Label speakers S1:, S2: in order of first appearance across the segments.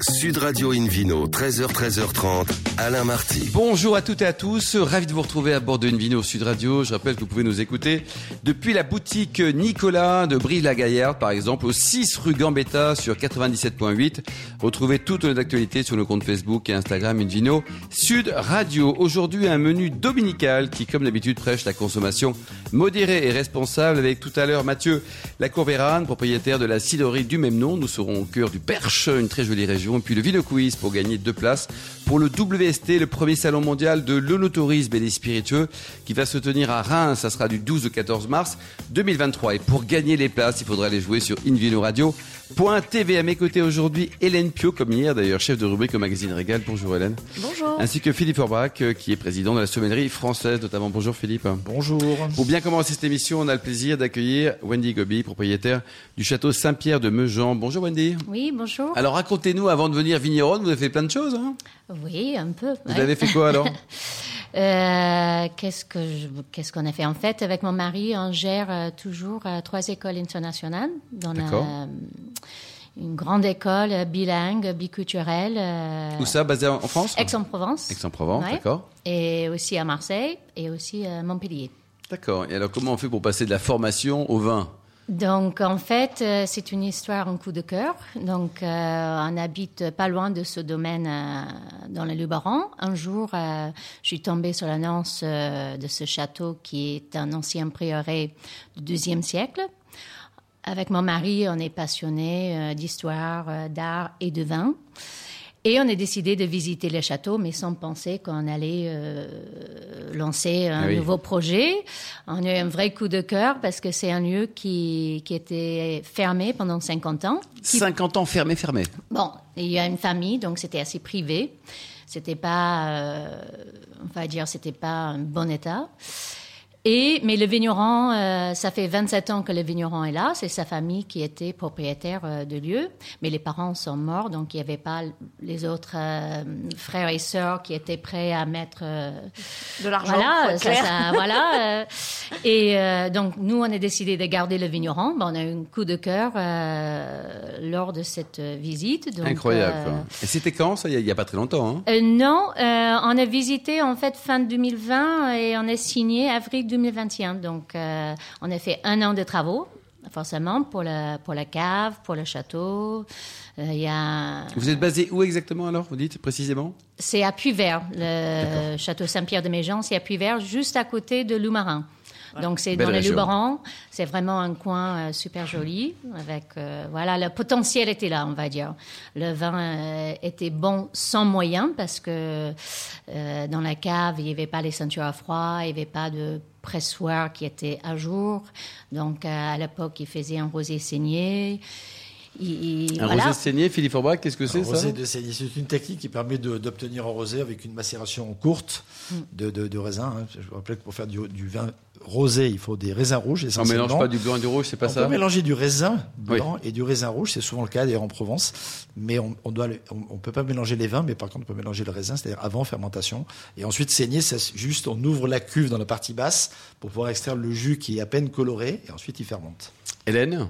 S1: Sud Radio Invino, 13h, 13h30, Alain Marty.
S2: Bonjour à toutes et à tous, ravi de vous retrouver à bord de Invino Sud Radio. Je rappelle que vous pouvez nous écouter depuis la boutique Nicolas de Brive-la-Gaillarde, par exemple, au 6 rue Gambetta sur 97.8. Retrouvez toutes nos actualités sur nos comptes Facebook et Instagram Invino Sud Radio. Aujourd'hui, un menu dominical qui, comme d'habitude, prêche la consommation modérée et responsable avec tout à l'heure Mathieu Lacourbérane, propriétaire de la ciderie du même nom. Nous serons au cœur du Perche, une très jolie région. Et puis le Vino Quiz pour gagner deux places pour le WST, le premier salon mondial de l'onotourisme et des spiritueux qui va se tenir à Reims. Ça sera du 12 au 14 mars 2023. Et pour gagner les places, il faudra les jouer sur Invino Radio.tv. À mes côtés aujourd'hui, Hélène Pio, comme hier d'ailleurs, chef de rubrique au magazine Régal. Bonjour Hélène.
S3: Bonjour.
S2: Ainsi que Philippe Orbach, euh, qui est président de la sommellerie française notamment. Bonjour Philippe.
S4: Bonjour.
S2: Pour bien commencer cette émission, on a le plaisir d'accueillir Wendy Gobi, propriétaire du château Saint-Pierre de Meujan. Bonjour Wendy.
S3: Oui, bonjour.
S2: Alors racontez-nous, avant de venir vigneronne, vous avez fait plein de choses. Hein
S3: Oui, un peu.
S2: vous
S3: ouais.
S2: avez fait quoi alors
S3: Euh, Qu'est-ce que je- qu'est-ce qu'on a fait En fait, avec mon mari, on gère euh, toujours euh, trois écoles internationales. On a
S2: D'accord.
S3: euh, une grande école euh, bilingue, biculturelle. euh,
S2: Où ça, basé en en France
S3: Aix-en-Provence.
S2: Aix-en-Provence,
S3: Ouais.
S2: d'accord.
S3: Et aussi à Marseille et aussi à Montpellier.
S2: D'accord. Et alors comment on fait pour passer de la formation au vin
S3: Donc, en fait, euh, c'est une histoire en coup de cœur. Donc, euh, on habite pas loin de ce domaine euh, dans le Luberon. Un jour, euh, je suis tombée sur l'annonce euh, de ce château qui est un ancien prieuré du deuxième siècle. Avec mon mari, on est passionné euh, d'histoire, euh, d'art et de vin. Et on a décidé de visiter le château, mais sans penser qu'on allait euh, lancer un
S2: Ah oui.
S3: nouveau projet. On a eu un vrai coup de cœur parce que c'est un lieu qui, qui était fermé pendant 50 ans.
S2: 50 ans fermé, fermé.
S3: Bon, il y a une famille, donc c'était assez privé. C'était pas, euh, on va dire, c'était pas un bon état. Et, mais le vigneron, euh, ça fait 27 ans que le vigneron est là. C'est sa famille qui était propriétaire euh, de lieu. Mais les parents sont morts, donc il n'y avait pas les autres euh, frères et sœurs qui étaient prêts à mettre euh,
S5: de l'argent. faut
S3: voilà,
S5: être
S3: ça,
S5: clair.
S3: ça- voilà. euh, et euh, donc nous, on a décidé de garder le vigneron. Ben, on a eu un coup de cœur euh, lors de cette euh, visite. Donc,
S2: Incroyable.
S3: euh,
S2: quoi. Et c'était quand ça Il n'y a, pas très longtemps. Hein
S3: euh, non, euh, on a visité en fait fin 2020 et on a signé avril 2021. Donc euh, on a fait un an de travaux. Forcément, pour la, pour la cave, pour le château. Euh, Il y a...
S2: Vous êtes basé où exactement alors Vous dites précisément
S3: C'est à Puy-Vert, le château Saint-Pierre de Méjean, c'est à Puy-Vert, juste à côté de Loumarin. Donc c'est
S2: Belle
S3: dans le
S2: région.
S3: Luberon, c'est vraiment un coin euh, super joli avec euh, voilà le potentiel était là on va dire. Le vin euh, était bon sans moyen parce que euh, dans la cave il n'y avait pas les ceintures à froid, il n'y avait pas de pressoir qui était à jour. Donc euh, à l'époque il faisait un rosé saigné. Il- il-
S2: Un
S3: voilà.
S2: rosé saigné, Philippe Orbach, qu'est-ce que c'est
S4: Un
S2: ça
S4: rosé de Sailie, C'est une technique qui permet de- d'obtenir un rosé avec une macération courte
S3: Hmm.
S4: de, de, de raisin. hein. Je vous rappelle que pour faire du, du vin rosé, il faut des raisins rouges
S2: On
S4: essentiellement.
S2: mélange pas du blanc et du rouge, c'est pas
S4: on
S2: ça
S4: peut mélanger du raisin blanc et du raisin rouge, c'est souvent le cas d'ailleurs en Provence, mais on ne doit, le- on, on peut pas mélanger les vins, mais par contre on peut mélanger le raisin, c'est-à-dire avant fermentation, et ensuite saigner, c'est juste on ouvre la cuve dans la partie basse pour pouvoir extraire le jus qui est à peine coloré, et ensuite il fermente.
S2: Hélène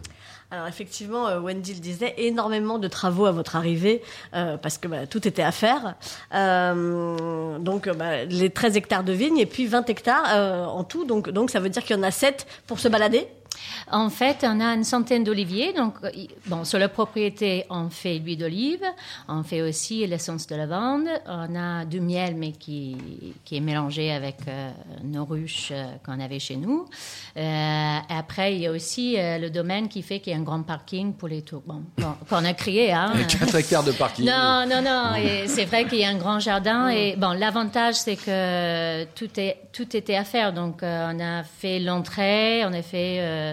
S5: Alors effectivement, euh, Wendy le disait, énormément de travaux à votre arrivée euh, parce que bah, tout était à faire. Euh, donc euh, bah, les 13 hectares de vignes et puis 20 hectares euh, en tout. Donc, donc ça veut dire qu'il y en a 7 pour se balader.
S3: En fait, on a une centaine d'oliviers. Donc, euh, y- bon, sur la propriété, on fait l'huile d'olive, on fait aussi l'essence de lavande, on a du miel, mais qui, qui est mélangé avec euh, nos ruches euh, qu'on avait chez nous. Euh, après, il y a aussi euh, le domaine qui fait qu'il y a un grand parking pour les tours. Bon, bon, qu'on a créé, hein.
S2: 4 hectares de parking.
S3: Non, non, non. Et c'est vrai qu'il y a un grand jardin. Et bon, l'avantage, c'est que tout, est, tout était à faire. Donc, euh, on a fait l'entrée, on a fait, euh,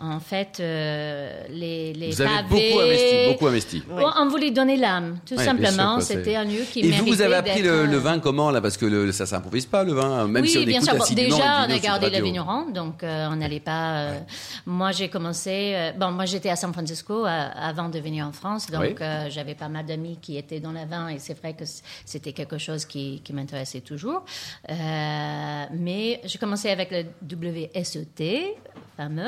S3: en fait, euh, les, les
S2: Vous avez
S3: pavés.
S2: beaucoup investi, beaucoup investi.
S3: Bon, on voulait donner l'âme, tout
S2: Ouais, bien
S3: simplement.
S2: sûr, quoi,
S3: C'était
S2: c'est-
S3: un lieu qui
S2: Et vous, vous avez
S3: méritait
S2: appris
S3: d'être,
S2: le, le
S3: euh,
S2: vin comment là Parce que le- ça s'improvise pas le vin, hein, même
S3: oui,
S2: si on
S3: bien
S2: écoute
S3: sûr. Bon,
S2: assidûment
S3: déjà,
S2: les
S3: on a
S2: vidéos sur
S3: gardé la
S2: radio.
S3: vigneron, donc euh, on n'allait pas. euh, Moi, j'ai commencé. euh, bon, moi, j'étais à San Francisco euh, avant de venir en France, donc
S2: Oui.
S3: euh, j'avais pas mal d'amis qui étaient dans la vin, et c'est vrai que c- c'était quelque chose qui, qui m'intéressait toujours. Euh, mais j'ai commencé avec le WSET, fameux.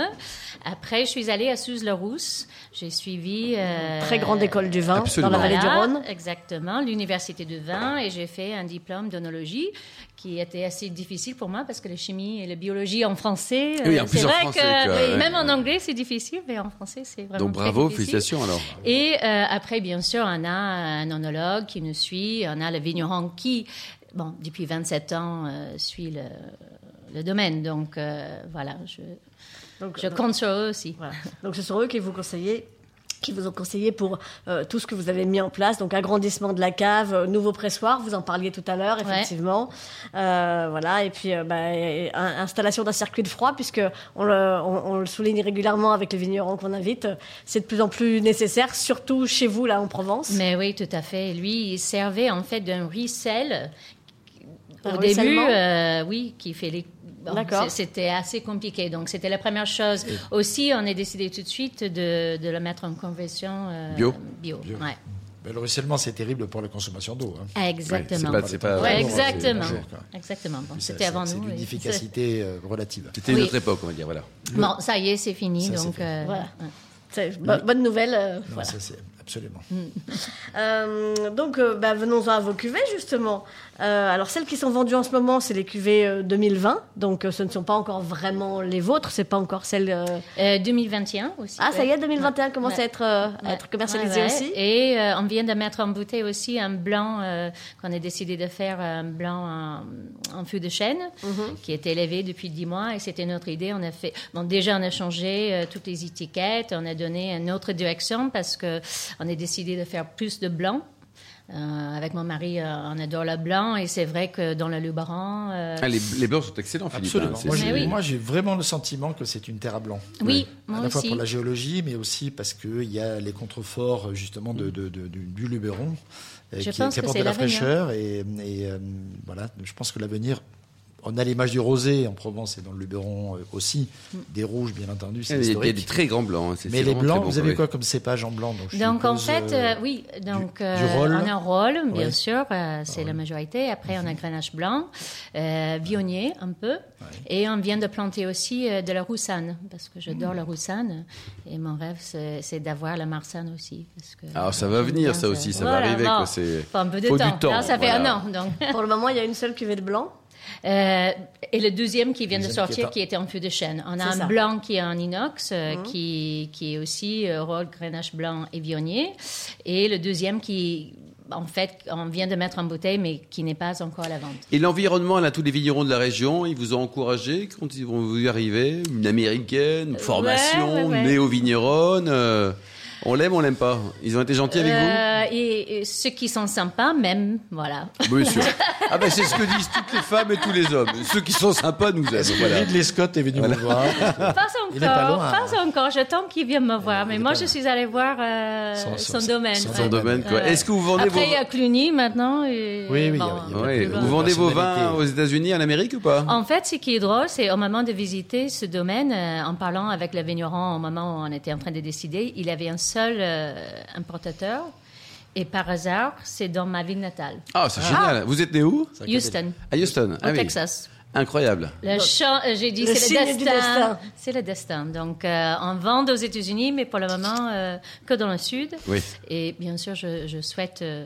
S3: Après, je suis allée à Suze-le-Rousse. J'ai suivi. euh,
S5: Très grande école du vin
S2: Absolument.
S5: dans la vallée
S3: voilà,
S5: du Rhône.
S3: Exactement, l'université de vin et j'ai fait un diplôme d'onologie qui était assez difficile pour moi parce que la chimie et la biologie en français, euh,
S2: Oui, en plus
S3: c'est
S2: en
S3: vrai
S2: français,
S3: que
S2: quoi, ouais.
S3: même en anglais c'est difficile, mais en français c'est vraiment
S2: Donc
S3: très
S2: bravo,
S3: difficile.
S2: félicitations alors.
S3: Et euh, après, bien sûr, on a un onologue qui nous suit, on a le vigneron qui, bon, depuis 27 ans, euh, suit le, le domaine. Donc euh, voilà, je,
S5: Donc,
S3: je compte sur eux aussi.
S5: Voilà. Donc ce sont eux qui vous conseillez qui vous ont conseillé pour euh, tout ce que vous avez mis en place, donc agrandissement de la cave, euh, nouveau pressoir, vous en parliez tout à l'heure,
S3: Ouais.
S5: effectivement, Euh, voilà, et puis euh, bah, et- un- installation d'un circuit de froid, puisque on le, on- on le souligne régulièrement avec les vignerons qu'on invite, c'est de plus en plus nécessaire, surtout chez vous là en Provence.
S3: Mais oui, tout à fait. Lui, il servait en fait d'un ricel.
S5: Un
S3: Au début,
S5: ruissellement
S3: euh, oui, qui fait les. bon,
S5: D'accord.
S3: c'est- C'était assez compliqué. Donc, c'était la première chose. Aussi, on a décidé tout de suite de, de le mettre en convention euh,
S2: Bio.
S3: Bio.
S4: Bio.
S3: ouais.
S4: Ben, le ruissellement, c'est terrible pour la consommation d'eau. hein.
S3: Ah, Exactement.
S2: Ouais, c'est pas-
S3: Ouais,
S2: c'est pas-
S3: exactement.
S4: c'est un jour, quoi.
S3: Exactement. Bon,
S4: Puis ça,
S3: c'était
S4: c'est-
S3: avant
S4: C'est
S3: nous.
S4: d'une
S3: oui.
S4: efficacité euh, relative.
S2: C'était une
S3: Oui.
S2: autre époque, on va dire, voilà.
S3: Bon, ça y est, c'est fini.
S4: Ça, c'est
S3: donc,
S4: fini.
S3: euh,
S5: Voilà.
S3: ouais.
S5: C'est bo- bonne nouvelle. euh,
S4: Non,
S5: voilà.
S4: ça, c'est absolument.
S3: Mm.
S5: Euh, donc, euh, bah, venons-en à vos cuvées, justement. Euh, alors, celles qui sont vendues en ce moment, c'est les cuvées euh, 2020. Donc, euh, ce ne sont pas encore vraiment les vôtres. C'est pas encore celles. euh,
S3: Euh, 2021 aussi.
S5: Ah, ça y
S3: ouais.
S5: est, 2021 commence
S3: Ouais.
S5: à être, euh, à
S3: Ouais.
S5: être commercialisé
S3: Ouais, ouais.
S5: aussi.
S3: Et euh, on vient de mettre en bouteille aussi un blanc euh, qu'on a décidé de faire, un blanc en, en fût de chêne,
S5: Mm-hmm.
S3: qui est élevé depuis 10 mois. Et c'était notre idée. On a fait, bon, déjà, on a changé euh, toutes les étiquettes. On a donné une autre direction parce que on a décidé de faire plus de blanc. Euh, avec mon mari, euh, on adore le blanc et c'est vrai que dans le Luberon, euh,
S2: Ah, les, les blancs sont excellents, Philippe. hein,
S4: Absolument.
S2: c'est-
S4: Moi, j'ai
S3: Mais oui.
S4: moi, j'ai vraiment le sentiment que c'est une terre à blanc.
S3: oui,
S4: à
S3: moi
S4: la fois
S3: aussi.
S4: pour la géologie, mais aussi parce qu'il y a les contreforts justement de, de- de- du, du Luberon euh,
S3: Je
S4: qui,
S3: pense
S4: qui
S3: que
S4: apportent
S3: c'est
S4: de la
S3: l'avenir.
S4: fraîcheur. Et, et, euh, voilà, je pense que l'avenir, on a l'image du rosé en Provence et dans le Luberon euh, aussi,
S3: Mm.
S4: des rouges bien entendu,
S2: Il y
S4: c'est
S2: a des- il y a
S4: historique.
S2: des très grands blancs. hein, c'est-
S4: mais
S2: c'est
S4: les
S2: vraiment
S4: blancs,
S2: très bon,
S4: vous avez
S2: oui.
S4: quoi comme cépage en blanc Donc, je
S3: Donc en
S4: suppose,
S3: fait,
S4: euh,
S3: euh, oui, donc
S4: du
S3: euh,
S4: rôle.
S3: on a un rôle, bien
S4: Ouais.
S3: sûr, euh, c'est la majorité. Après,
S2: Mhm.
S3: on a grenache blanc, euh, vionnier un peu, et on vient de planter aussi euh, de la roussane, parce que j'adore
S2: Mhm.
S3: la roussane, et mon rêve, c'est c'est d'avoir la marsanne aussi. Parce que
S2: Alors, Ah, ça va
S3: j'aime
S2: venir,
S3: bien
S2: ça aussi, ça va
S3: Voilà,
S2: arriver,
S3: bon.
S2: quoi, c'est-
S3: Faut un peu de
S2: Faut du
S3: temps.
S2: temps,
S3: Là, ça fait
S2: voilà.
S3: un an, donc.
S5: Pour le moment, il y a une seule cuvée de blanc.
S3: Euh, et le deuxième qui vient de
S4: Deuxième qui est
S3: sortir,
S4: en-
S3: qui était en feu de chêne. On a
S5: C'est
S3: un
S5: ça. Mhm.
S3: blanc qui est en inox, euh, qui, qui est aussi euh, rôle grenache blanc et vionnier. Et le deuxième qui, en fait, on vient de mettre en bouteille, mais qui n'est pas encore à la vente.
S2: Et l'environnement, là, tous les vignerons de la région, ils vous ont encouragé quand ils vont vous y arriver Une américaine, une formation,
S3: Euh, ouais, ouais.
S2: néo-vigneronne euh, On l'aime, on l'aime pas Ils ont été gentils avec
S3: Euh, et, et ceux qui sont sympas, même, voilà.
S2: vous Bien sûr. Ah ben, c'est ce que disent toutes les femmes et tous les hommes. Ceux qui sont sympas nous aiment.
S4: Est-ce que
S2: voilà.
S4: Ridley Scott est venu me voir
S3: Pas encore,
S4: Il est pas loin, hein.
S3: pas encore. J'attends qu'ils viennent me voir. Mais moi, je suis allée voir euh,
S4: Son-
S3: son,
S4: son-
S3: domaine.
S4: son
S2: Dans le
S3: ouais.
S2: domaine, quoi.
S3: Ouais.
S2: Est-ce que vous vendez
S3: Après, il
S2: vos...
S3: y a Cluny maintenant. et-
S4: Oui, oui, il y
S3: bon,
S4: a- il y a-
S2: Ouais,
S4: plus
S2: vous
S4: de
S2: vendez vos vins
S4: personnalité.
S2: aux États-Unis, en Amérique ou pas
S3: En fait, ce qui est drôle, c'est au moment de visiter ce domaine, euh, en parlant avec le vigneron, au moment où on était en train de décider, il avait un seul euh, importateur. Et par hasard, c'est dans ma ville natale,
S2: Ah, c'est génial. Vous êtes né où
S3: Houston,
S2: À Houston.
S3: au
S2: Ah oui.
S3: Texas.
S2: Incroyable.
S3: Le champ, euh, j'ai dit,
S5: Le
S3: c'est le
S5: signe du
S3: destin.
S5: destin.
S3: C'est le destin. Donc, euh, on vend aux États-Unis, mais pour le moment, euh, que dans le Sud.
S2: Oui.
S3: Et bien sûr, je, je souhaite. euh,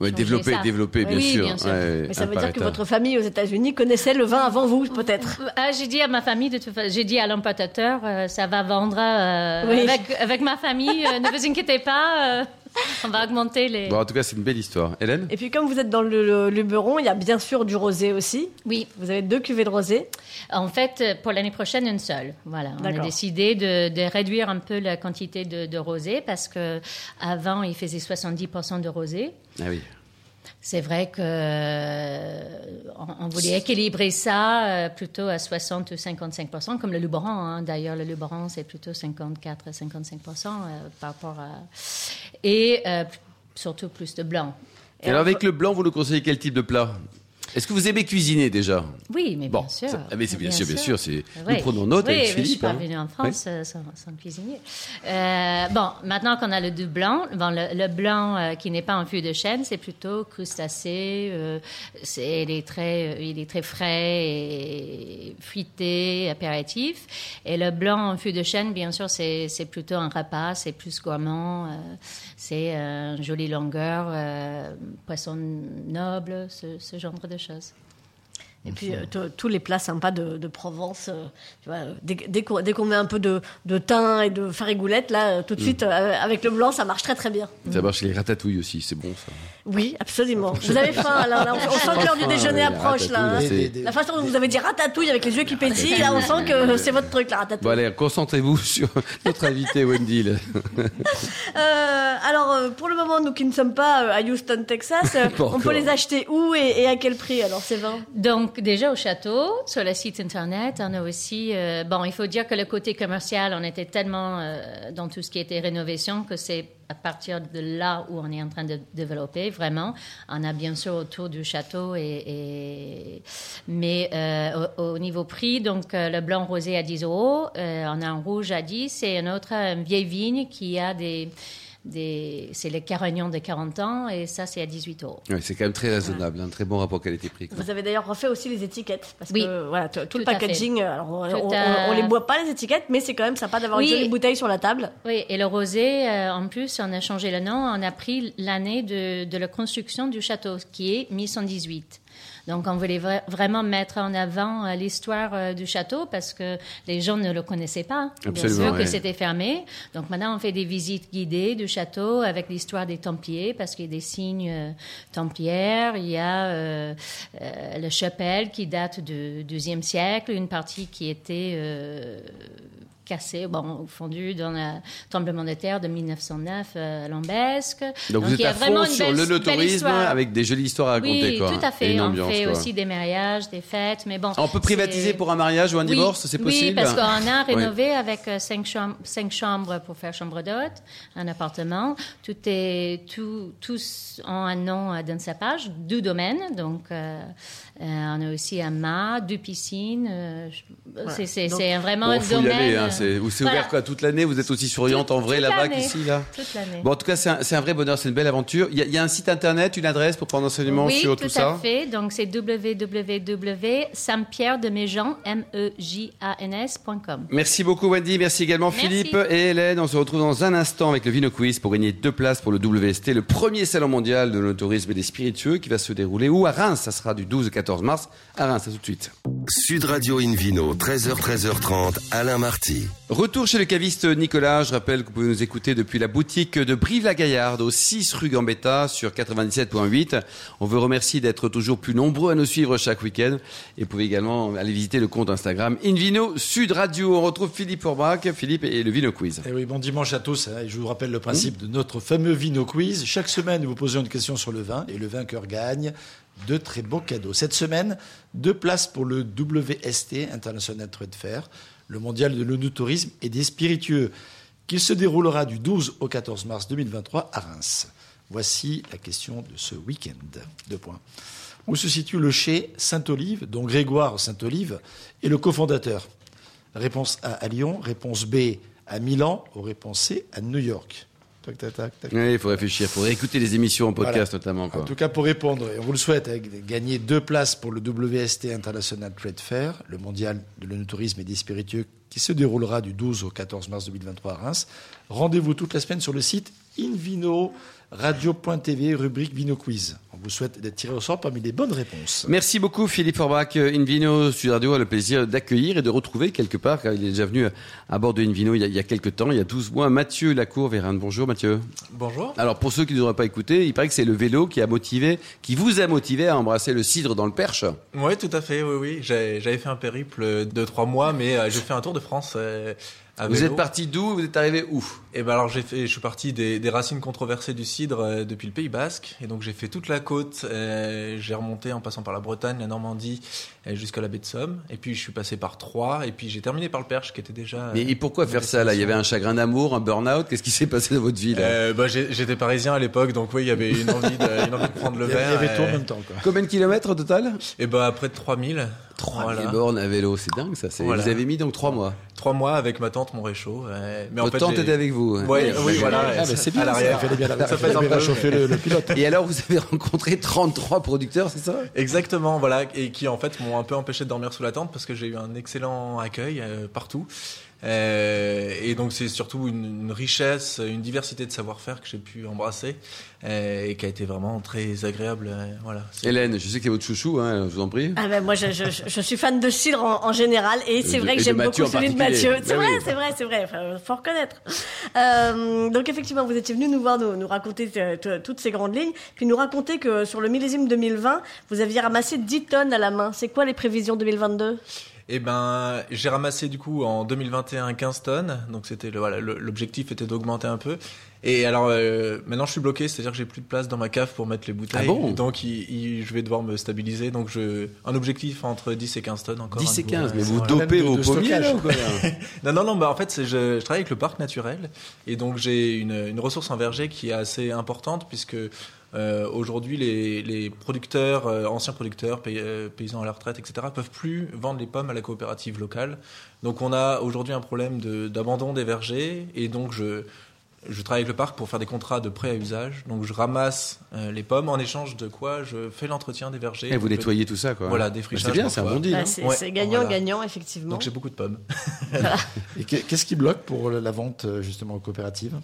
S2: Ouais,
S3: changer
S2: développer,
S3: ça.
S2: développer, bien
S3: Oui,
S2: sûr.
S3: bien sûr.
S2: Ouais,
S5: Mais ça veut dire que
S2: imparateur.
S5: votre famille aux États-Unis connaissait le vin avant vous, peut-être.
S3: Ah, j'ai dit à ma famille, de toute fa- j'ai dit à l'importateur, euh, ça va vendre euh,
S5: Oui.
S3: avec, avec ma famille, euh, ne vous inquiétez pas, euh, on va augmenter les...
S2: Bon, en tout cas, c'est une belle histoire. Hélène
S5: Et puis, comme vous êtes dans le, le Luberon, il y a bien sûr du rosé aussi.
S3: Oui,
S5: Vous avez deux cuvées de rosé.
S3: en fait, euh, pour l'année prochaine, une seule. Voilà, on a
S5: D'accord.
S3: décidé de, de réduire un peu la quantité de, de rosé parce que avant, il faisait 70% de rosé.
S2: Ah oui.
S3: C'est vrai que euh, on, on voulait équilibrer ça euh, plutôt à 60 ou 55 comme le Luberon. hein. D'ailleurs, le Luberon, c'est plutôt 54 à 55 euh, par rapport à... Et euh, p- surtout plus de blanc.
S2: Et alors, avec le blanc, vous nous conseillez quel type de plat Est-ce que vous aimez cuisiner déjà
S3: Oui, mais bien sûr.
S2: ça- ah, mais c'est bien, sûr, bien sûr. c'est-
S3: Oui.
S2: Nous prenons note
S3: Oui,
S2: avec
S3: mais je suis
S2: Philippe.
S3: pas
S2: hein.
S3: venue en France euh, sans, sans cuisiner. Euh, bon, maintenant qu'on a le deux blanc, bon, le, le blanc euh, qui n'est pas en fût de chêne, c'est plutôt crustacé. euh, c'est, il, est très, euh, il est très frais et fruité, apéritif. Et le blanc en fût de chêne, bien sûr, c'est, c'est plutôt un repas, c'est plus gourmand. euh, c'est euh, une jolie longueur, euh, poisson noble, ce- ce genre de choses.
S5: Et puis euh, tous- tous les plats sympas de, de Provence. euh, tu vois, dès dès qu'on dès qu'on met un peu de, de thym et de farigoulette, là, euh, tout
S2: Mm.
S5: de suite, euh, avec le blanc, ça marche très très bien.
S2: Ça marche les ratatouilles aussi, c'est bon ça.
S5: Oui, absolument. Vous avez faim, Alain, là, on, on sent que l'heure du
S2: Enfin,
S5: déjeuner
S2: les
S5: approche, là. hein.
S2: ratatouilles,
S4: Des-
S2: c'est-
S4: des-
S5: La façon dont vous avez dit ratatouille avec les yeux qui pétillent, là, on sent que c'est votre truc, la ratatouille.
S2: Bon allez, concentrez-vous sur notre invité Wendy. là.
S5: Euh, alors, euh, pour le moment, nous qui ne sommes pas euh, à Houston, Texas, euh,
S2: Pas
S5: on peut
S2: encore.
S5: les acheter où et, et à quel prix Alors, ces vins
S3: Donc déjà au château, sur le site internet, on a aussi. euh, bon, il faut dire que le côté commercial, on était tellement euh, dans tout ce qui était rénovation que c'est à partir de là où on est en train de développer vraiment. On a bien sûr autour du château et, et- mais euh, au, au niveau prix, donc euh, le blanc rosé à 10 euros, euh, on a un rouge à 10 et un autre euh, une vieille vigne qui a des des c'est les Caragnons de 40 ans et ça c'est à 18 euros.
S2: Ouais, c'est quand même très raisonnable, un très bon rapport qualité-prix. quoi.
S5: Vous avez d'ailleurs refait aussi les étiquettes. Parce
S3: Oui.
S5: que voilà, tout, tout le
S3: Tout à fait.
S5: packaging, euh, alors, on,
S3: Tout
S5: on-
S3: à-
S5: on- on les boit pas, les étiquettes, mais c'est quand même sympa d'avoir
S3: Oui.
S5: une jolie bouteille sur la table.
S3: Oui, et le rosé, euh, en plus, on a changé le nom, on a pris l'année de, de la construction du château, qui est 1118. Donc, on voulait vra- vraiment mettre en avant euh, l'histoire euh, du château parce que les gens ne le connaissaient pas.
S2: Absolument,
S3: Bien sûr que
S2: ouais.
S3: c'était fermé. Donc, maintenant, on fait des visites guidées du château avec l'histoire des Templiers parce qu'il y a des signes euh, templières. Il y a euh, euh, la chapelle qui date du IIe siècle, une partie qui était. euh, cassé, bon, fondu dans le tremblement de terre de 1909 euh, à Lambesque.
S2: Donc, vous
S3: il
S2: êtes
S3: y a
S2: à
S3: vraiment
S2: fond
S3: une
S2: sur
S3: belle-
S2: le
S3: belle
S2: tourisme
S3: histoire.
S2: avec des jolies histoires à raconter.
S3: Oui,
S2: quoi,
S3: tout à
S2: et
S3: fait.
S2: une
S3: On
S2: ambiance,
S3: fait
S2: quoi. Ah,
S3: aussi des mariages, des fêtes, mais bon.
S2: On peut privatiser
S3: c'est-
S2: pour un mariage ou un
S3: Oui,
S2: divorce, c'est possible
S3: Oui, parce qu'on a
S2: Ouais.
S3: rénové avec euh, cinq chambres, cinq chambres pour faire chambre d'hôte, un appartement. Tout est, tout, tous ont un nom euh, dans sa page, deux domaines. Donc, euh, euh, on a aussi un mât, deux piscines. euh, je- c'est- C'est
S5: Donc-
S3: c'est un vraiment
S2: Bon,
S3: un
S2: faut
S3: domaine.
S2: y aller, hein,
S3: euh,
S2: c'est ou c'est
S3: voilà.
S2: ouvert quoi, toute l'année, vous êtes aussi souriante en vrai
S3: toute
S2: là-bas
S3: l'année.
S2: qu'ici là.
S3: Toute l'année.
S2: Bon, en tout cas, c'est un, c'est un vrai bonheur, c'est une belle aventure. Il y, a- il y a un site internet, une adresse pour prendre enseignement
S3: oui,
S2: sur
S3: tout,
S2: tout,
S3: à
S2: ça.
S3: fait. Donc c'est www.saint-pierre-de-méjean, E M-E-J-A-N-S.com.
S2: Merci beaucoup Wendy, merci également
S3: Merci.
S2: Philippe et Hélène. On se retrouve dans un instant avec le Vino Quiz pour gagner deux places pour le WST, le premier salon mondial de l'autorisme et des spiritueux qui va se dérouler où à Reims, ça sera du 12 au 14 mars. À Reims, à tout de suite.
S1: Sud Radio Invino, 13h, 13h30, Alain Marty.
S2: Retour chez le caviste Nicolas. Je rappelle que vous pouvez nous écouter depuis la boutique de Brive-la-Gaillarde au 6 rue Gambetta sur 97.8. On vous remercie d'être toujours plus nombreux à nous suivre chaque week-end. Et vous pouvez également aller visiter le compte Instagram Invino Sud Radio. On retrouve Philippe Fourbrac, Philippe et le Vino Quiz.
S4: Eh oui, bon dimanche à tous. hein, et je vous rappelle le principe de notre fameux Vino Quiz. Chaque semaine, nous vous posons une question sur le vin et le vainqueur gagne de très beaux cadeaux. Cette semaine, deux places pour le WST, International Trade Fair, le mondial de l'onotourisme et des spiritueux, qu'il se déroulera du 12 au 14 mars 2023 à Reims. Voici la question de ce week-end. Deux points. Où se situe le chez Sainte-Olive, dont Grégoire Sainte-Olive est le cofondateur Réponse A à Lyon, réponse B à Milan, ou réponse C à New York. Tac, tac, tac, tac.
S2: Oui, il faut réfléchir, il faut réécouter les émissions en podcast notamment.
S4: En
S2: Quoi.
S4: tout cas, pour répondre, et on vous le souhaite, hein, gagner deux places pour le WST International Trade Fair, le mondial de l'onotourisme et des spiritueux, qui se déroulera du 12 au 14 mars 2023 à Reims. Rendez-vous toute la semaine sur le site invino radio.tv, rubrique Vino Quiz. On vous souhaite d'être tiré au sort parmi les bonnes réponses.
S2: Merci beaucoup Philippe Forbach. euh, Invino Sud Radio a le plaisir d'accueillir et de retrouver quelque part, car il est déjà venu à bord de Invino il y a, il y a quelques temps, il y a 12 mois, Mathieu Lacour-Vérin. Bonjour Mathieu.
S6: Bonjour.
S2: Alors pour ceux qui ne nous auraient pas écouté, il paraît que c'est le vélo qui a motivé, qui vous a motivé à embrasser le cidre dans le Perche.
S6: Oui, tout à fait, oui, oui. J'ai- J'avais fait un périple de trois mois, mais euh, j'ai fait un tour de France euh,
S2: Ah, vous êtes parti d'où Vous êtes arrivé où
S6: Et ben alors j'ai fait, je suis parti des, des racines controversées du cidre euh, depuis le Pays Basque, et donc j'ai fait toute la côte. euh, j'ai remonté en passant par la Bretagne, la Normandie, euh, jusqu'à la baie de Somme. Et puis je suis passé par Troyes, et puis j'ai terminé par le Perche, qui était déjà.
S2: Mais
S6: euh,
S2: et pourquoi
S6: une
S2: faire ça là Il y avait un chagrin d'amour, un burn-out. Qu'est-ce qui s'est passé dans votre vie là
S6: Euh, bah, j'ai- j'étais parisien à l'époque, donc oui, il y avait une envie de, une envie de prendre le
S4: Il y
S6: verre.
S4: avait tout en
S6: et-
S4: même temps, quoi.
S2: Combien de kilomètres au total
S6: Et bah près de 3000.
S2: 3
S6: Voilà.
S2: bornes à vélo, c'est dingue ça. c'est-
S6: Voilà.
S2: Vous avez mis donc 3 mois.
S6: Trois mois avec ma tante, mon réchaud. euh, Mais en
S2: Votre
S6: fait,
S2: tante
S6: j'ai-
S2: était avec vous.
S6: Ouais,
S2: Euh,
S6: oui, voilà.
S4: Ah, bah, c'est bien,
S6: à l'arrière.
S4: ça, il fallait bien la-
S6: Ça
S4: il fallait
S6: pèse un
S4: bien
S6: peu,
S4: réchauffer
S6: mais-
S4: le, le pilote.
S2: Et alors, vous avez rencontré 33 producteurs, c'est ça
S6: Exactement, voilà, et qui en fait m'ont un peu empêché de dormir sous la tente parce que j'ai eu un excellent accueil euh, partout. Euh, et donc c'est surtout une, une richesse, une diversité de savoir-faire que j'ai pu embrasser euh, et qui a été vraiment très agréable. euh, voilà. C'est-
S2: Hélène, je sais que c'est votre chouchou, hein, je vous en prie.
S5: Ah ben moi, je, je- je- je suis fan de cidre en, en général et c'est
S2: Et de-
S5: vrai
S2: et
S5: que
S2: de
S5: j'aime
S2: Mathieu
S5: beaucoup
S2: en
S5: celui de
S2: particulier.
S5: Mathieu. C'est
S2: Ben
S5: vrai,
S2: oui.
S5: c'est vrai, c'est vrai. Enfin, faut reconnaître. Euh, donc effectivement, vous étiez venu nous voir, nous, nous raconter euh, t- toutes ces grandes lignes, puis nous raconter que sur le millésime 2020, vous aviez ramassé 10 tonnes à la main. C'est quoi les prévisions 2022
S6: Eh ben, j'ai ramassé du coup en 2021 15 tonnes, donc c'était le- voilà, le- l'objectif était d'augmenter un peu. Et alors euh, maintenant je suis bloqué, c'est-à-dire que j'ai plus de place dans ma cave pour mettre les bouteilles.
S2: Ah bon
S6: donc il- il- je vais devoir me stabiliser. Donc je, un objectif entre 10 et 15 tonnes encore.
S2: 10
S6: un
S2: et
S6: nouveau,
S2: 15,
S6: euh,
S2: mais vous
S6: voilà.
S2: dopez
S4: de-
S2: vos
S4: de
S2: pommiers
S4: stockage.
S2: là ou quoi
S6: Non, non, non, bah en fait, c'est- je, je travaille avec le parc naturel et donc j'ai une, une ressource en verger qui est assez importante puisque euh, aujourd'hui les, les producteurs, euh, anciens producteurs, pay- euh, paysans à la retraite, etc., peuvent plus vendre les pommes à la coopérative locale. Donc on a aujourd'hui un problème de- d'abandon des vergers et donc je. Je travaille avec le parc pour faire des contrats de prêt à usage. Donc, je ramasse euh, les pommes en échange de quoi je fais l'entretien des vergers.
S2: Et Eh, Vous nettoyez tout ça, quoi.
S6: Voilà,
S2: des
S6: défrichage
S2: C'est bien, c'est un
S6: parfois.
S2: bon deal.
S5: Bah,
S2: hein.
S5: C'est
S6: Ouais,
S5: c'est gagnant,
S6: voilà.
S5: gagnant, effectivement.
S6: Donc, j'ai beaucoup de pommes.
S4: Et qu'est- qu'est-ce qui bloque pour la vente, euh, justement, aux coopératives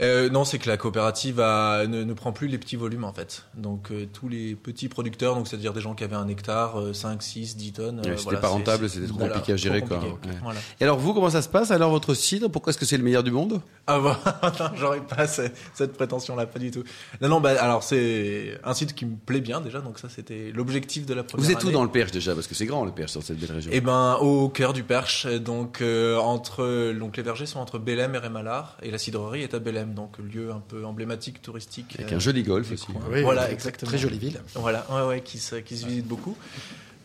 S6: Euh, non, c'est que la coopérative a- ne, ne prend plus les petits volumes en fait. Donc euh, tous les petits producteurs, donc c'est-à-dire des gens qui avaient un hectare, euh, 5, 6, 10 tonnes. euh,
S2: Ouais, c'était
S6: voilà,
S2: pas
S6: c'est-
S2: rentable,
S6: c'est-
S2: c'était trop
S6: voilà,
S2: compliqué à gérer, quoi.
S6: compliqué.
S2: Ouais.
S6: Voilà.
S2: Et alors, vous, comment ça se passe Alors, votre cidre, pourquoi est-ce que c'est le meilleur du monde
S6: Ah bah, non, j'aurais pas ce- cette prétention-là, pas du tout. Non, non, bah alors c'est un site qui me plaît bien déjà, donc ça c'était l'objectif de la première.
S2: Vous êtes où
S6: année.
S2: dans le Perche déjà Parce que c'est grand le Perche dans cette belle région.
S6: Eh ben, au cœur du Perche, donc euh, entre donc les vergers sont entre Bélem et Rémalard, et la cidrerie est à Bélem, donc lieu un peu emblématique touristique.
S2: Avec
S6: euh,
S2: un joli golf
S6: du
S2: aussi.
S6: coin.
S4: Oui,
S6: voilà,
S4: très-
S6: exactement.
S4: Très jolie ville.
S6: Voilà, ouais, ouais, qui se, qui se visite beaucoup.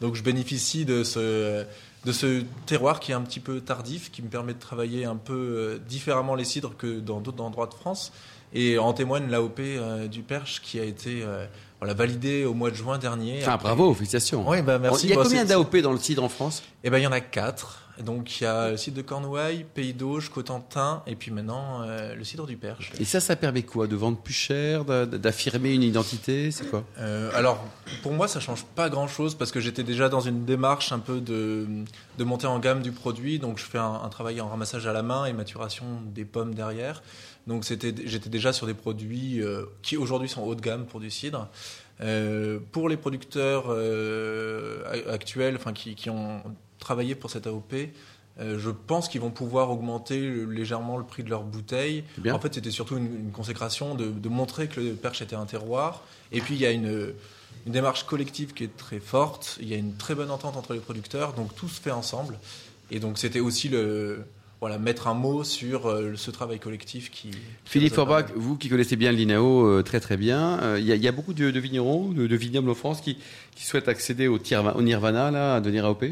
S6: Donc je bénéficie de ce, de ce terroir qui est un petit peu tardif, qui me permet de travailler un peu euh, différemment les cidres que dans d'autres endroits de France. Et en témoigne l'AOP euh, du Perche qui a été euh, voilà, validée au mois de juin dernier.
S2: Enfin, Ah, bravo, félicitations.
S6: Oui, bah, merci.
S2: Il y a
S6: Bon,
S2: combien
S6: c'est-
S2: d'AOP dans le cidre en France
S6: Eh ben, il y en a quatre. Donc il y a le cidre de Cornouailles, Pays d'Auge, Cotentin, et puis maintenant euh, le cidre du Perche.
S2: Et ça, ça permet quoi De vendre plus cher d'a- D'affirmer une identité C'est quoi
S6: Euh, alors, pour moi, ça change pas grand-chose parce que j'étais déjà dans une démarche un peu de, de montée en gamme du produit. Donc, je fais un, un travail en ramassage à la main et maturation des pommes derrière. Donc, c'était, j'étais déjà sur des produits euh, qui aujourd'hui sont haut de gamme pour du cidre. Euh, pour les producteurs euh, a- actuels, enfin qui, qui ont travaillé pour cette AOP, euh, je pense qu'ils vont pouvoir augmenter légèrement le prix de leurs bouteilles.
S2: C'est bien.
S6: En fait, c'était surtout une, une consécration de, de montrer que le Perche était un terroir. Et puis, il y a une, une démarche collective qui est très forte. Il y a une très bonne entente entre les producteurs. Donc, tout se fait ensemble. Et donc, c'était aussi le. Voilà, mettre un mot sur euh, ce travail collectif qui. qui
S2: Philippe
S6: nous a
S2: Forbach,
S6: permis.
S2: vous qui connaissez bien l'INAO euh, très très bien, euh, il y, a- il y a beaucoup de, de vignerons, de, de vignobles en France qui, qui souhaitent accéder au, tirva- au Nirvana, là, à devenir AOP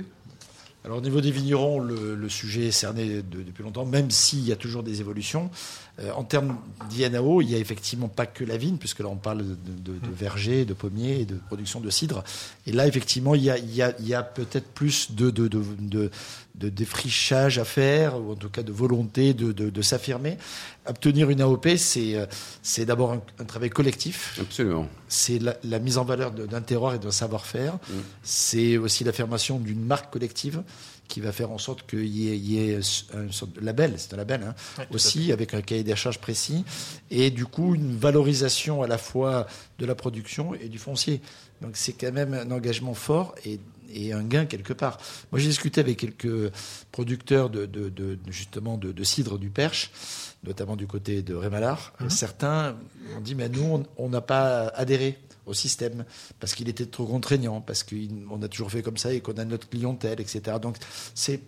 S4: Alors au niveau des vignerons, le, le sujet est cerné de- depuis longtemps, même s'il y a toujours des évolutions. Euh, en termes d'INAO, il n'y a effectivement pas que la vigne, puisque là on parle de, de, de vergers, de pommiers et de production de cidre. Et là effectivement, il y a, il y a- il y a peut-être plus de, de, de, de, de défrichage à faire, ou en tout cas de volonté de, de, de s'affirmer. Obtenir une AOP, c'est euh, c'est d'abord un- un travail collectif,
S2: Absolument.
S4: c'est la, la mise en valeur de- d'un terroir et d'un savoir-faire. C'est aussi l'affirmation d'une marque collective qui va faire en sorte qu'il y ait, il y ait une sorte de label, c'est un label hein,
S6: Ouais, tout à
S4: aussi, avec un cahier des charges précis, et du coup une valorisation à la fois de la production et du foncier. Donc c'est quand même un engagement fort et, et un gain quelque part. Moi j'ai discuté avec quelques producteurs de, de- de- de- justement de, de cidre du Perche, notamment du côté de Rémalard. Certains ont dit mais nous on on n'a pas adhéré au système, parce qu'il était trop contraignant, parce qu'on a toujours fait comme ça et qu'on a notre clientèle, etc. Donc c'est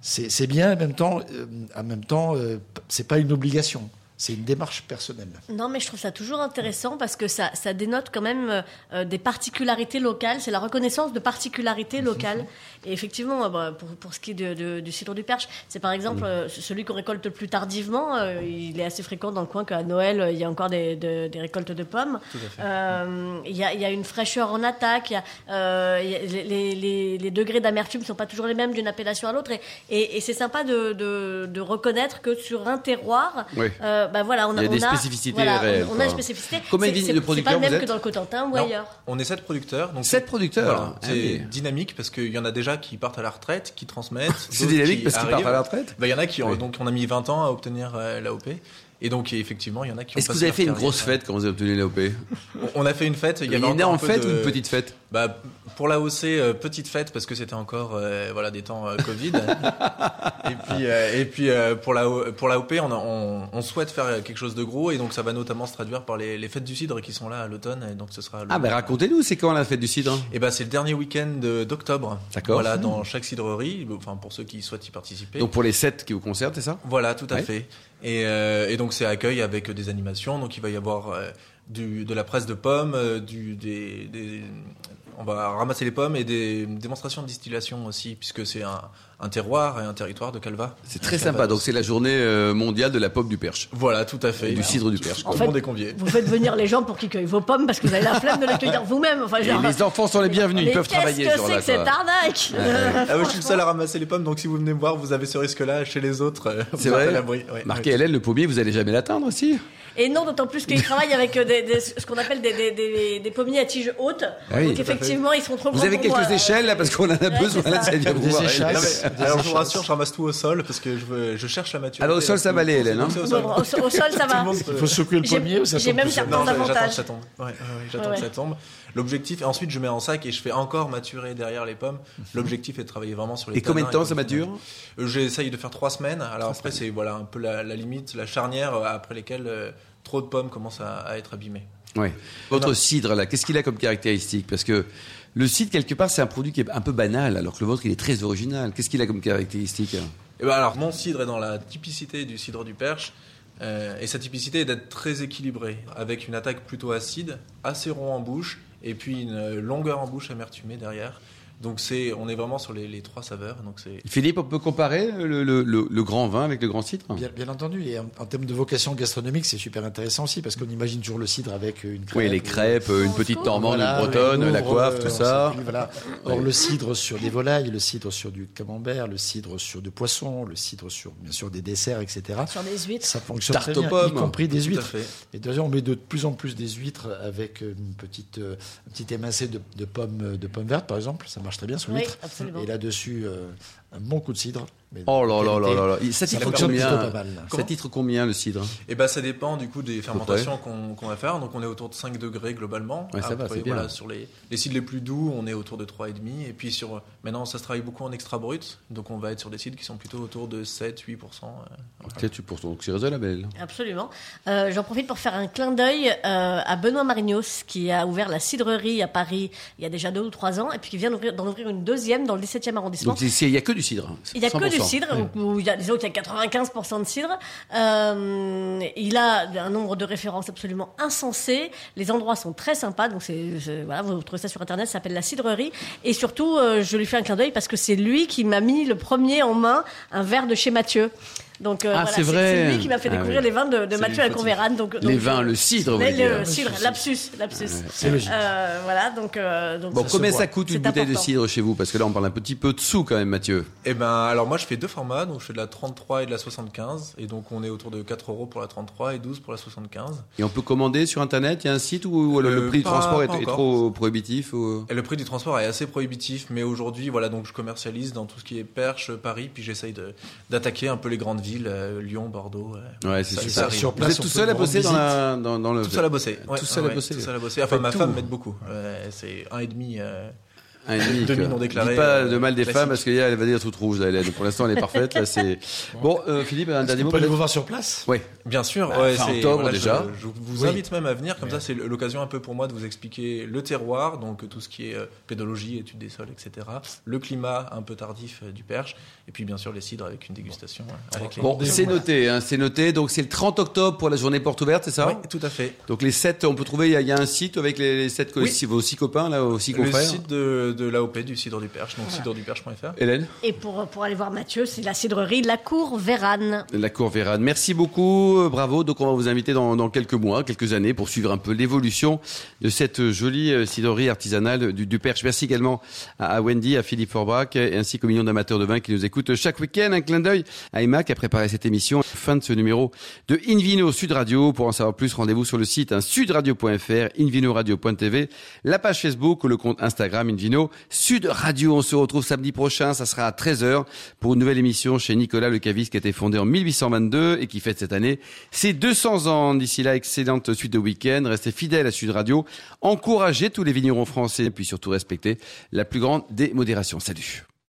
S4: c'est bien, en même temps, euh, en même temps, euh, c'est pas une obligation. C'est une démarche personnelle.
S5: Non, mais je trouve ça toujours intéressant parce que ça, ça dénote quand même euh, des particularités locales. C'est la reconnaissance de particularités locales. Et effectivement, euh, bah, pour, pour ce qui est de- de- du citron du perche, c'est par exemple euh, celui qu'on récolte le plus tardivement. euh, il est assez fréquent dans le coin qu'à Noël, euh, il y a encore des, de- des récoltes de pommes. Euh, Il y, a, il y a une fraîcheur en attaque. il y a, euh, il y a- les, les- les degrés d'amertume ne sont pas toujours les mêmes d'une appellation à l'autre. Et, et- et c'est sympa de, de- de reconnaître que sur un terroir,
S2: Oui.
S5: euh, bah voilà, on
S2: Il y a des spécificités
S5: voilà, on-
S2: réelles,
S5: On,
S2: quoi.
S5: a une spécificité.
S2: Combien
S5: C'est-
S2: de
S5: c'est-
S2: de producteurs
S5: C'est pas le
S2: vous
S5: même que
S2: êtes
S5: dans le Cotentin ou
S6: Non,
S5: ailleurs.
S6: on est sept producteurs. Donc
S2: Sept producteurs.
S6: Voilà,
S2: Ah
S6: c'est
S2: oui.
S6: dynamique parce qu'il y en a déjà qui partent à la retraite, qui transmettent.
S2: C'est
S6: d'autres
S2: dynamique
S6: qui
S2: parce qu'ils
S6: arrivent.
S2: partent à la retraite.
S6: Bah, Il y en a qui ont,
S2: Oui.
S6: donc on a mis 20 ans à obtenir euh, l'AOP. Et donc et effectivement, il y en a qui ont
S2: Est-ce que
S6: passé
S2: vous avez
S6: leur
S2: fait une
S6: carrière.
S2: grosse fête quand vous avez obtenu l'AOP
S6: On on a fait une fête. Il
S2: Une
S6: y avait encore un
S2: énorme
S6: peu
S2: fête
S6: de-
S2: ou une petite fête
S6: bah, Pour l'AOC, euh, petite fête parce que c'était encore euh, voilà, des temps euh, Covid. et puis, euh, et puis euh, pour l'AOP, pour l'AOP, on, a- on, on souhaite faire quelque chose de gros. Et donc ça va notamment se traduire par les, les fêtes du cidre qui sont là à l'automne. Et donc ce sera le-
S2: Ah ben racontez-nous, c'est quand la fête du cidre
S6: Eh ben, c'est le dernier week-end euh, d'octobre.
S2: D'accord. Mmh.
S6: Voilà, dans chaque cidrerie, enfin, pour ceux qui souhaitent y participer.
S2: Donc pour les 7 qui vous concernent, c'est ça
S6: voilà, tout à
S2: Ouais.
S6: fait. Et, euh, et donc, c'est accueil avec des animations. Donc, il va y avoir euh, du, de la presse de pommes, euh, du, des, des- on va ramasser les pommes et des démonstrations de distillation aussi, puisque c'est un, un terroir et un territoire de Calva.
S2: C'est très sympa. Donc c'est la journée euh, mondiale de la pomme du perche.
S6: Voilà, tout à fait.
S2: Du cidre du Perche,
S6: Tout le
S5: quoi.
S6: monde est convié.
S5: Vous faites venir les gens pour qu'ils cueillent vos pommes parce que vous avez la flemme de les cueillir vous-même. Enfin,
S2: Et
S5: genre,
S2: les enfants sont les bienvenus, ils
S5: mais
S2: peuvent travailler
S5: Qu'est-ce
S2: sur
S5: que c'est
S2: la
S5: que cette arnaque
S6: Ah ouais, je suis le seul à ramasser les pommes, donc si vous venez me voir, vous avez ce risque-là. Chez les autres, euh,
S2: C'est
S6: vous êtes à
S2: vrai
S6: l'abri. Ouais,
S2: Marqué
S6: ouais.
S2: Hélène, le pommier, vous allez jamais l'atteindre aussi
S5: Et non, d'autant plus qu'ils travaillent avec euh, des, des- ce qu'on appelle des, des, des, des pommiers à tiges hautes.
S2: Ah oui,
S5: Donc
S2: tout à fait.
S5: effectivement, ils sont trop
S2: Vous
S5: grands
S2: avez
S5: pour
S2: quelques
S5: moi.
S2: échelles là parce qu'on en a besoin
S5: c'est
S2: là,
S5: ça.
S2: ça vient vous
S4: Des
S2: voir, Hélène.
S4: échelles.
S6: Non, mais,
S4: Des
S6: alors je vous
S4: échasses.
S6: rassure, je ramasse tout au sol parce que je, veux- je cherche la maturité.
S2: Alors, au sol, ça va aller, Hélène, hein
S6: C'est au sol.
S5: Bon, au, sol- au sol, ça
S6: Tout le
S5: va.
S6: monde
S4: Il
S6: peut-
S4: faut secouer le
S5: J'ai-
S4: pommier ou ça
S5: j'ai
S4: tombe
S5: même
S4: tout seul
S5: certains
S6: Non, j'attends
S5: avantages.
S6: que ça tombe. Ouais, ouais, ouais, j'attends
S5: Ouais,
S6: que ça
S5: ouais.
S6: tombe. L'objectif, et ensuite je mets en sac et je fais encore maturer derrière les pommes. L'objectif est de travailler vraiment sur les
S2: Et combien de
S6: tanins
S2: temps ça mature
S6: Euh, J'essaye de faire trois semaines. Alors après, c'est voilà, un peu la, la limite, la charnière euh, après lesquelles euh, trop de pommes commencent à, à être abîmées.
S2: Ouais. Votre
S6: Non.
S2: cidre là, qu'est-ce qu'il a comme caractéristique Parce que le cidre quelque part c'est un produit qui est un peu banal, alors que le vôtre il est très original. Qu'est-ce qu'il a comme caractéristique hein
S6: Et ben alors, mon cidre est dans la typicité du cidre du Perche. euh, et sa typicité est d'être très équilibré, avec une attaque plutôt acide, assez rond en bouche, et puis une euh, longueur en bouche amertumée derrière. Donc c'est, on est vraiment sur les, les trois saveurs. Donc c'est
S2: Philippe, on peut comparer le, le- le- le grand vin avec le grand cidre
S4: Bien, bien entendu, et en, en termes de vocation gastronomique, c'est super intéressant aussi parce qu'on imagine toujours le cidre avec une crêpe.
S2: Oui, les crêpes, euh, une petite normande,
S4: Voilà,
S2: une bretonne,
S4: le
S2: la
S4: Louvre,
S2: coiffe,
S4: euh,
S2: tout
S4: on
S2: ça.
S4: sait plus, voilà. Or, le cidre sur des volailles, le cidre sur du camembert, le cidre sur du poisson, le cidre sur bien sûr des desserts, etc.
S5: Sur des huîtres.
S4: Ça fonctionne
S2: Tarte
S4: très
S2: aux
S4: bien, y
S2: pommes.
S4: compris des
S6: Tout à
S4: huîtres.
S6: fait.
S4: Et d'ailleurs, on met de plus en plus des huîtres avec euh, une petite, euh, un petit émincé de, de pommes, euh, de pommes vertes, par exemple. Ça marche très bien sur
S5: Oui,
S4: l'huître.
S5: absolument.
S4: Et là-dessus, euh, un bon coup de cidre. mais
S2: Oh là là
S4: qualité.
S2: là là là. Il- Ça
S4: Ça
S2: titre
S4: fonctionne
S2: combien
S4: plutôt pas mal.
S2: Ça titre combien le cidre
S6: Et ben ça dépend du coup des fermentations qu'on qu'on va faire. Donc on est autour de 5 degrés globalement.
S2: Ouais, ça va, c'est bien.
S6: voilà, sur les, les cides les plus doux, on est autour de 3,5. Et puis sur maintenant, ça se travaille beaucoup en extra brut. Donc on va être sur des cides qui sont plutôt autour de 7-8%.
S2: Peut-être tu pour ton Cyril de la Belle.
S5: Absolument. Euh, J'en profite pour faire un clin d'œil euh, à Benoît Marignos qui a ouvert la cidrerie à Paris il y a déjà deux ou trois ans et puis qui vient d'ouvrir- d'en ouvrir une deuxième dans le 17e arrondissement.
S2: Donc c'est- c'est- il n'y a que du cidre. hein.
S5: Il n'y a que du
S2: 100%.
S5: cidre, où il y a, disons qu'il y a 95% de cidre. Euh, il a un nombre de références absolument insensé. Les endroits sont très sympas, donc c'est, c'est- voilà, vous trouvez ça sur internet, ça s'appelle la cidrerie. Et surtout, euh, je lui fais un clin d'œil parce que c'est lui qui m'a mis le premier en main un verre de chez Mathieu. Donc euh,
S2: Ah,
S5: voilà,
S2: c'est vrai.
S5: c'est lui qui m'a fait
S2: Ah
S5: découvrir
S2: oui.
S5: les vins de, de
S6: C'est
S5: Mathieu
S6: lui
S5: à
S6: le fautif.
S5: Convérane. Donc,
S2: Les
S5: donc,
S2: vins,
S5: euh,
S2: le cidre, vous
S5: mais
S2: voulez
S5: le
S2: dire.
S5: cidre, lapsus, lapsus.
S4: C'est logique.
S5: Euh, voilà, donc, euh, donc
S2: Bon,
S4: se
S2: combien
S4: boit.
S2: ça coûte une
S5: C'est
S2: bouteille de
S5: important.
S2: cidre chez vous Parce que là, on parle un petit peu de sous quand même, Mathieu.
S6: Et ben alors moi je fais deux formats. Donc je fais de la 33 et de la 75. Et donc on est autour de 4 euros pour la 33 et 12 pour la 75.
S2: Et on peut commander sur Internet Il y a un site où le,
S6: Euh,
S2: le prix
S6: pas-
S2: de transport est,
S6: pas
S2: est
S6: encore.
S2: trop prohibitif ou-
S6: Et le prix du transport est assez prohibitif, mais aujourd'hui, voilà, donc je commercialise dans tout ce qui est Perche, Paris, puis j'essaye de- d'attaquer un peu les grandes villes, euh, Lyon, Bordeaux. euh,
S2: Ouais, c'est
S6: Ça-
S2: ça.
S6: ça arrive.
S2: Vous
S4: Place,
S2: êtes
S4: on
S2: tout
S4: peut
S2: seul à
S4: vous rendre
S2: bosser dans, la- dans- dans le.
S6: Euh, Tout seul à bosser. Ouais,
S2: Tout seul
S6: ouais,
S2: à bosser.
S6: Tout seul à bosser. Enfin,
S4: Faites
S6: ma
S4: tout.
S6: femme m'aide beaucoup. Ouais, c'est un et demi. euh,
S2: Un et demi,
S6: Demi
S2: quoi.
S6: non déclaré,
S2: Dis pas
S6: euh,
S2: de mal des
S6: classique.
S2: femmes parce qu'elle va dire toute rouge, là, Hélène. Pour l'instant, elle est parfaite. Là, c'est... Bon, euh, Philippe, un dernier
S4: On
S2: mot
S4: peut aller
S2: peut-être
S4: vous voir sur place
S2: Ouais.
S6: Bien sûr,
S2: Bah,
S6: ouais,
S2: fin
S6: c'est-
S2: octobre,
S6: je-
S2: déjà.
S6: Je, vous
S4: Oui.
S6: invite même à venir, comme ça c'est l'occasion un peu pour moi de vous expliquer le terroir, donc tout ce qui est euh, pédologie, étude des sols, etc. Le climat un peu tardif euh, du Perche, et puis bien sûr les cidres avec une dégustation. euh, Avec les...
S2: Bon, c'est noté, hein, c'est noté. Donc c'est le 30 octobre pour la journée porte ouverte, c'est ça
S6: Oui, tout à fait.
S2: Donc les 7, on peut trouver, il y a- il y, a un site avec les, les 7
S6: Oui.
S2: vos six copains, là, vos six
S6: Le
S2: confrères.
S6: site de, de l'AOP du cidre du Perche, donc cidreduperche.fr.
S2: Hélène,
S5: Et pour, pour aller voir Mathieu, c'est la cidrerie La Cour Vérane.
S2: la Cour Vérane. Merci beaucoup, euh, bravo. Donc on va vous inviter dans, dans quelques mois, quelques années, pour suivre un peu l'évolution de cette jolie euh, cidrerie artisanale du, du Perche. Merci également à, à Wendy, à Philippe Forbach, et ainsi qu'aux millions d'amateurs de vin qui nous écoutent chaque week-end. Un clin d'œil à Emma qui a préparé cette émission. Fin de ce numéro de Invino Sud Radio. Pour en savoir plus, rendez-vous sur le site hein, sudradio.fr, invinoradio.tv, la page Facebook ou le compte Instagram Invino Sud Radio. On se retrouve samedi prochain, ça sera à 13h pour une nouvelle émission chez Nicolas Le Cavis qui a été fondé en 1822 et qui fête cette année ses 200 ans. D'ici là, excellente suite de week-end. Restez fidèles à Sud Radio. Encouragez tous les vignerons français et puis surtout respectez la plus grande des modérations. Salut.